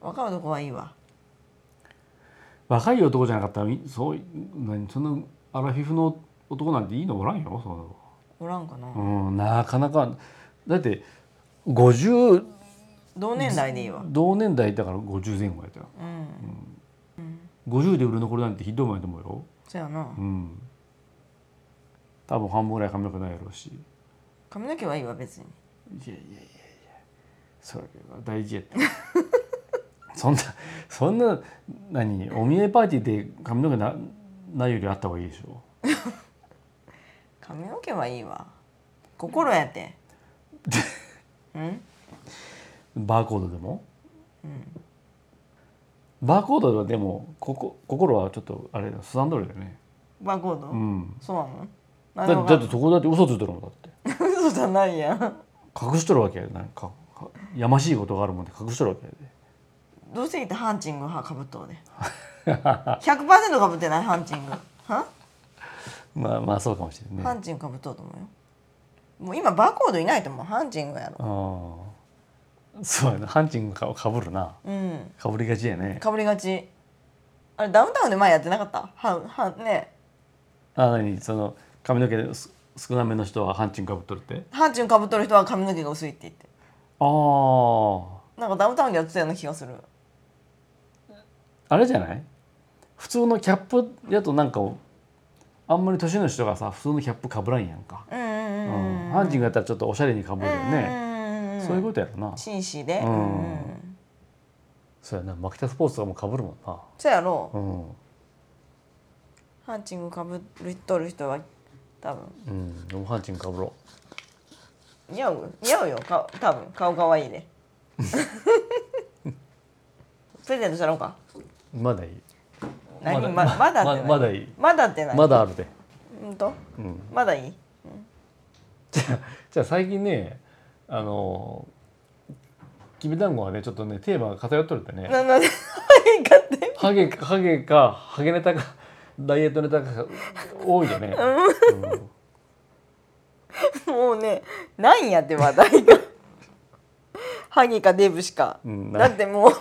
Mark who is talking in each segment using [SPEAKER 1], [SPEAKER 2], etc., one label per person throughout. [SPEAKER 1] 若い男はいいわ
[SPEAKER 2] 若い男じゃなかったらいそうい何そんなアラフィフの男なんていいのおらんよその
[SPEAKER 1] おらんかな、
[SPEAKER 2] うん、なかなかだって50
[SPEAKER 1] 同年代でいいわ
[SPEAKER 2] 同年代だから50前後やったよ
[SPEAKER 1] うん
[SPEAKER 2] 50で売れ残りなんてひどい前だと思うよ
[SPEAKER 1] そやな
[SPEAKER 2] うん多分半分ぐらい髪の毛ないやろうしい
[SPEAKER 1] 髪の毛はいいわ別に
[SPEAKER 2] やいやいやいやそれは大事やった そんなそんな何お見合いパーティーで髪の毛なないよりあった方がいいでしょ
[SPEAKER 1] 髪の毛はいいわ心やてうん
[SPEAKER 2] バーコードでも、バーコードはでもここ心はちょっとあれだスタンドルだよね
[SPEAKER 1] バーコード、
[SPEAKER 2] うん
[SPEAKER 1] そうな
[SPEAKER 2] だ
[SPEAKER 1] のなんで
[SPEAKER 2] だ
[SPEAKER 1] わかん
[SPEAKER 2] っ
[SPEAKER 1] の
[SPEAKER 2] てそこだって嘘ついてるもんだって
[SPEAKER 1] 嘘じゃないやん
[SPEAKER 2] 隠しとるわけやでなんかかやましいことがあるもんで隠しとるわけやで
[SPEAKER 1] どうしていってハンチングはかぶっとう で100%かぶってないハンチングは
[SPEAKER 2] まあまあそうかもしれない
[SPEAKER 1] ハ
[SPEAKER 2] ね
[SPEAKER 1] ンチングかぶっとうと思うよもう今バーコードいないと思うハンチングやろ
[SPEAKER 2] ああそうやなハンチングかかぶるな
[SPEAKER 1] うん
[SPEAKER 2] かぶりがちやね
[SPEAKER 1] かぶりがちあれダウンタウンで前やってなかったはんはんね
[SPEAKER 2] あ何その髪の毛です少なめの人はハンチングかぶっとるって
[SPEAKER 1] ハンチングかぶっとる人は髪の毛が薄いって言って
[SPEAKER 2] ああ
[SPEAKER 1] なんかダウンタウンでやってたような気がする
[SPEAKER 2] あれじゃない普通のキャップやとなんかあんまり年の人がさ普通のキャップかぶらんやんか、
[SPEAKER 1] うんうん
[SPEAKER 2] う
[SPEAKER 1] うんんうん
[SPEAKER 2] ハンチングやったらちょっとおしゃれにかぶるよね、
[SPEAKER 1] ね
[SPEAKER 2] そういうことやろな
[SPEAKER 1] 紳士で、
[SPEAKER 2] う
[SPEAKER 1] うんん
[SPEAKER 2] そうやなマキタスポーツとかもかぶるもんな
[SPEAKER 1] そうやろう、
[SPEAKER 2] うん
[SPEAKER 1] ハンチングかぶりとる人は多分
[SPEAKER 2] うん、でもハンチングかぶろ
[SPEAKER 1] 似合う似合うよか多分顔可愛い でプレゼントしたろうか
[SPEAKER 2] うまだいい
[SPEAKER 1] 何ま
[SPEAKER 2] まだ
[SPEAKER 1] まだって
[SPEAKER 2] ま
[SPEAKER 1] 何
[SPEAKER 2] まだいい
[SPEAKER 1] まだって何
[SPEAKER 2] まだあるで、
[SPEAKER 1] うんと
[SPEAKER 2] うん、
[SPEAKER 1] まだいい
[SPEAKER 2] じゃあじゃあ最近ねあのきびだんごはねちょっとねテーマが偏っとるってね
[SPEAKER 1] ななんではい勝手に
[SPEAKER 2] ハゲかハゲかハゲネタかダイエットネタが多いよね、うん
[SPEAKER 1] もうねなんやっ て話題がハギかデブしか、
[SPEAKER 2] うん
[SPEAKER 1] だってもう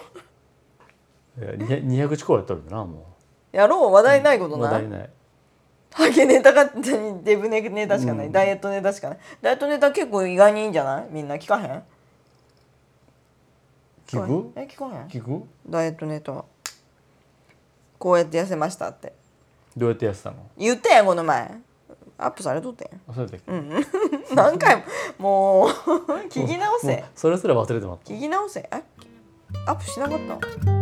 [SPEAKER 2] いや200 200近くやっとるんだなも
[SPEAKER 1] やろう話題ないうこと
[SPEAKER 2] ま
[SPEAKER 1] な
[SPEAKER 2] だ
[SPEAKER 1] い、
[SPEAKER 2] いない
[SPEAKER 1] ハゲネタがデブネタしかない、
[SPEAKER 2] うん
[SPEAKER 1] ダイエットネタしかないダイエットネタ結構意外にいいんじゃないみんな聞かへん
[SPEAKER 2] 聞
[SPEAKER 1] 聞
[SPEAKER 2] く
[SPEAKER 1] かへんえ聞かへん
[SPEAKER 2] 聞く
[SPEAKER 1] ダイエットネタはこうやって痩せましたって
[SPEAKER 2] どうやってやってたの
[SPEAKER 1] 言ったやんこの前アップされとって ん
[SPEAKER 2] あそうやったっけ
[SPEAKER 1] 何回ももう聞き 直
[SPEAKER 2] もう
[SPEAKER 1] せ
[SPEAKER 2] それすら忘れてまった
[SPEAKER 1] 聞き直せあアップしなかった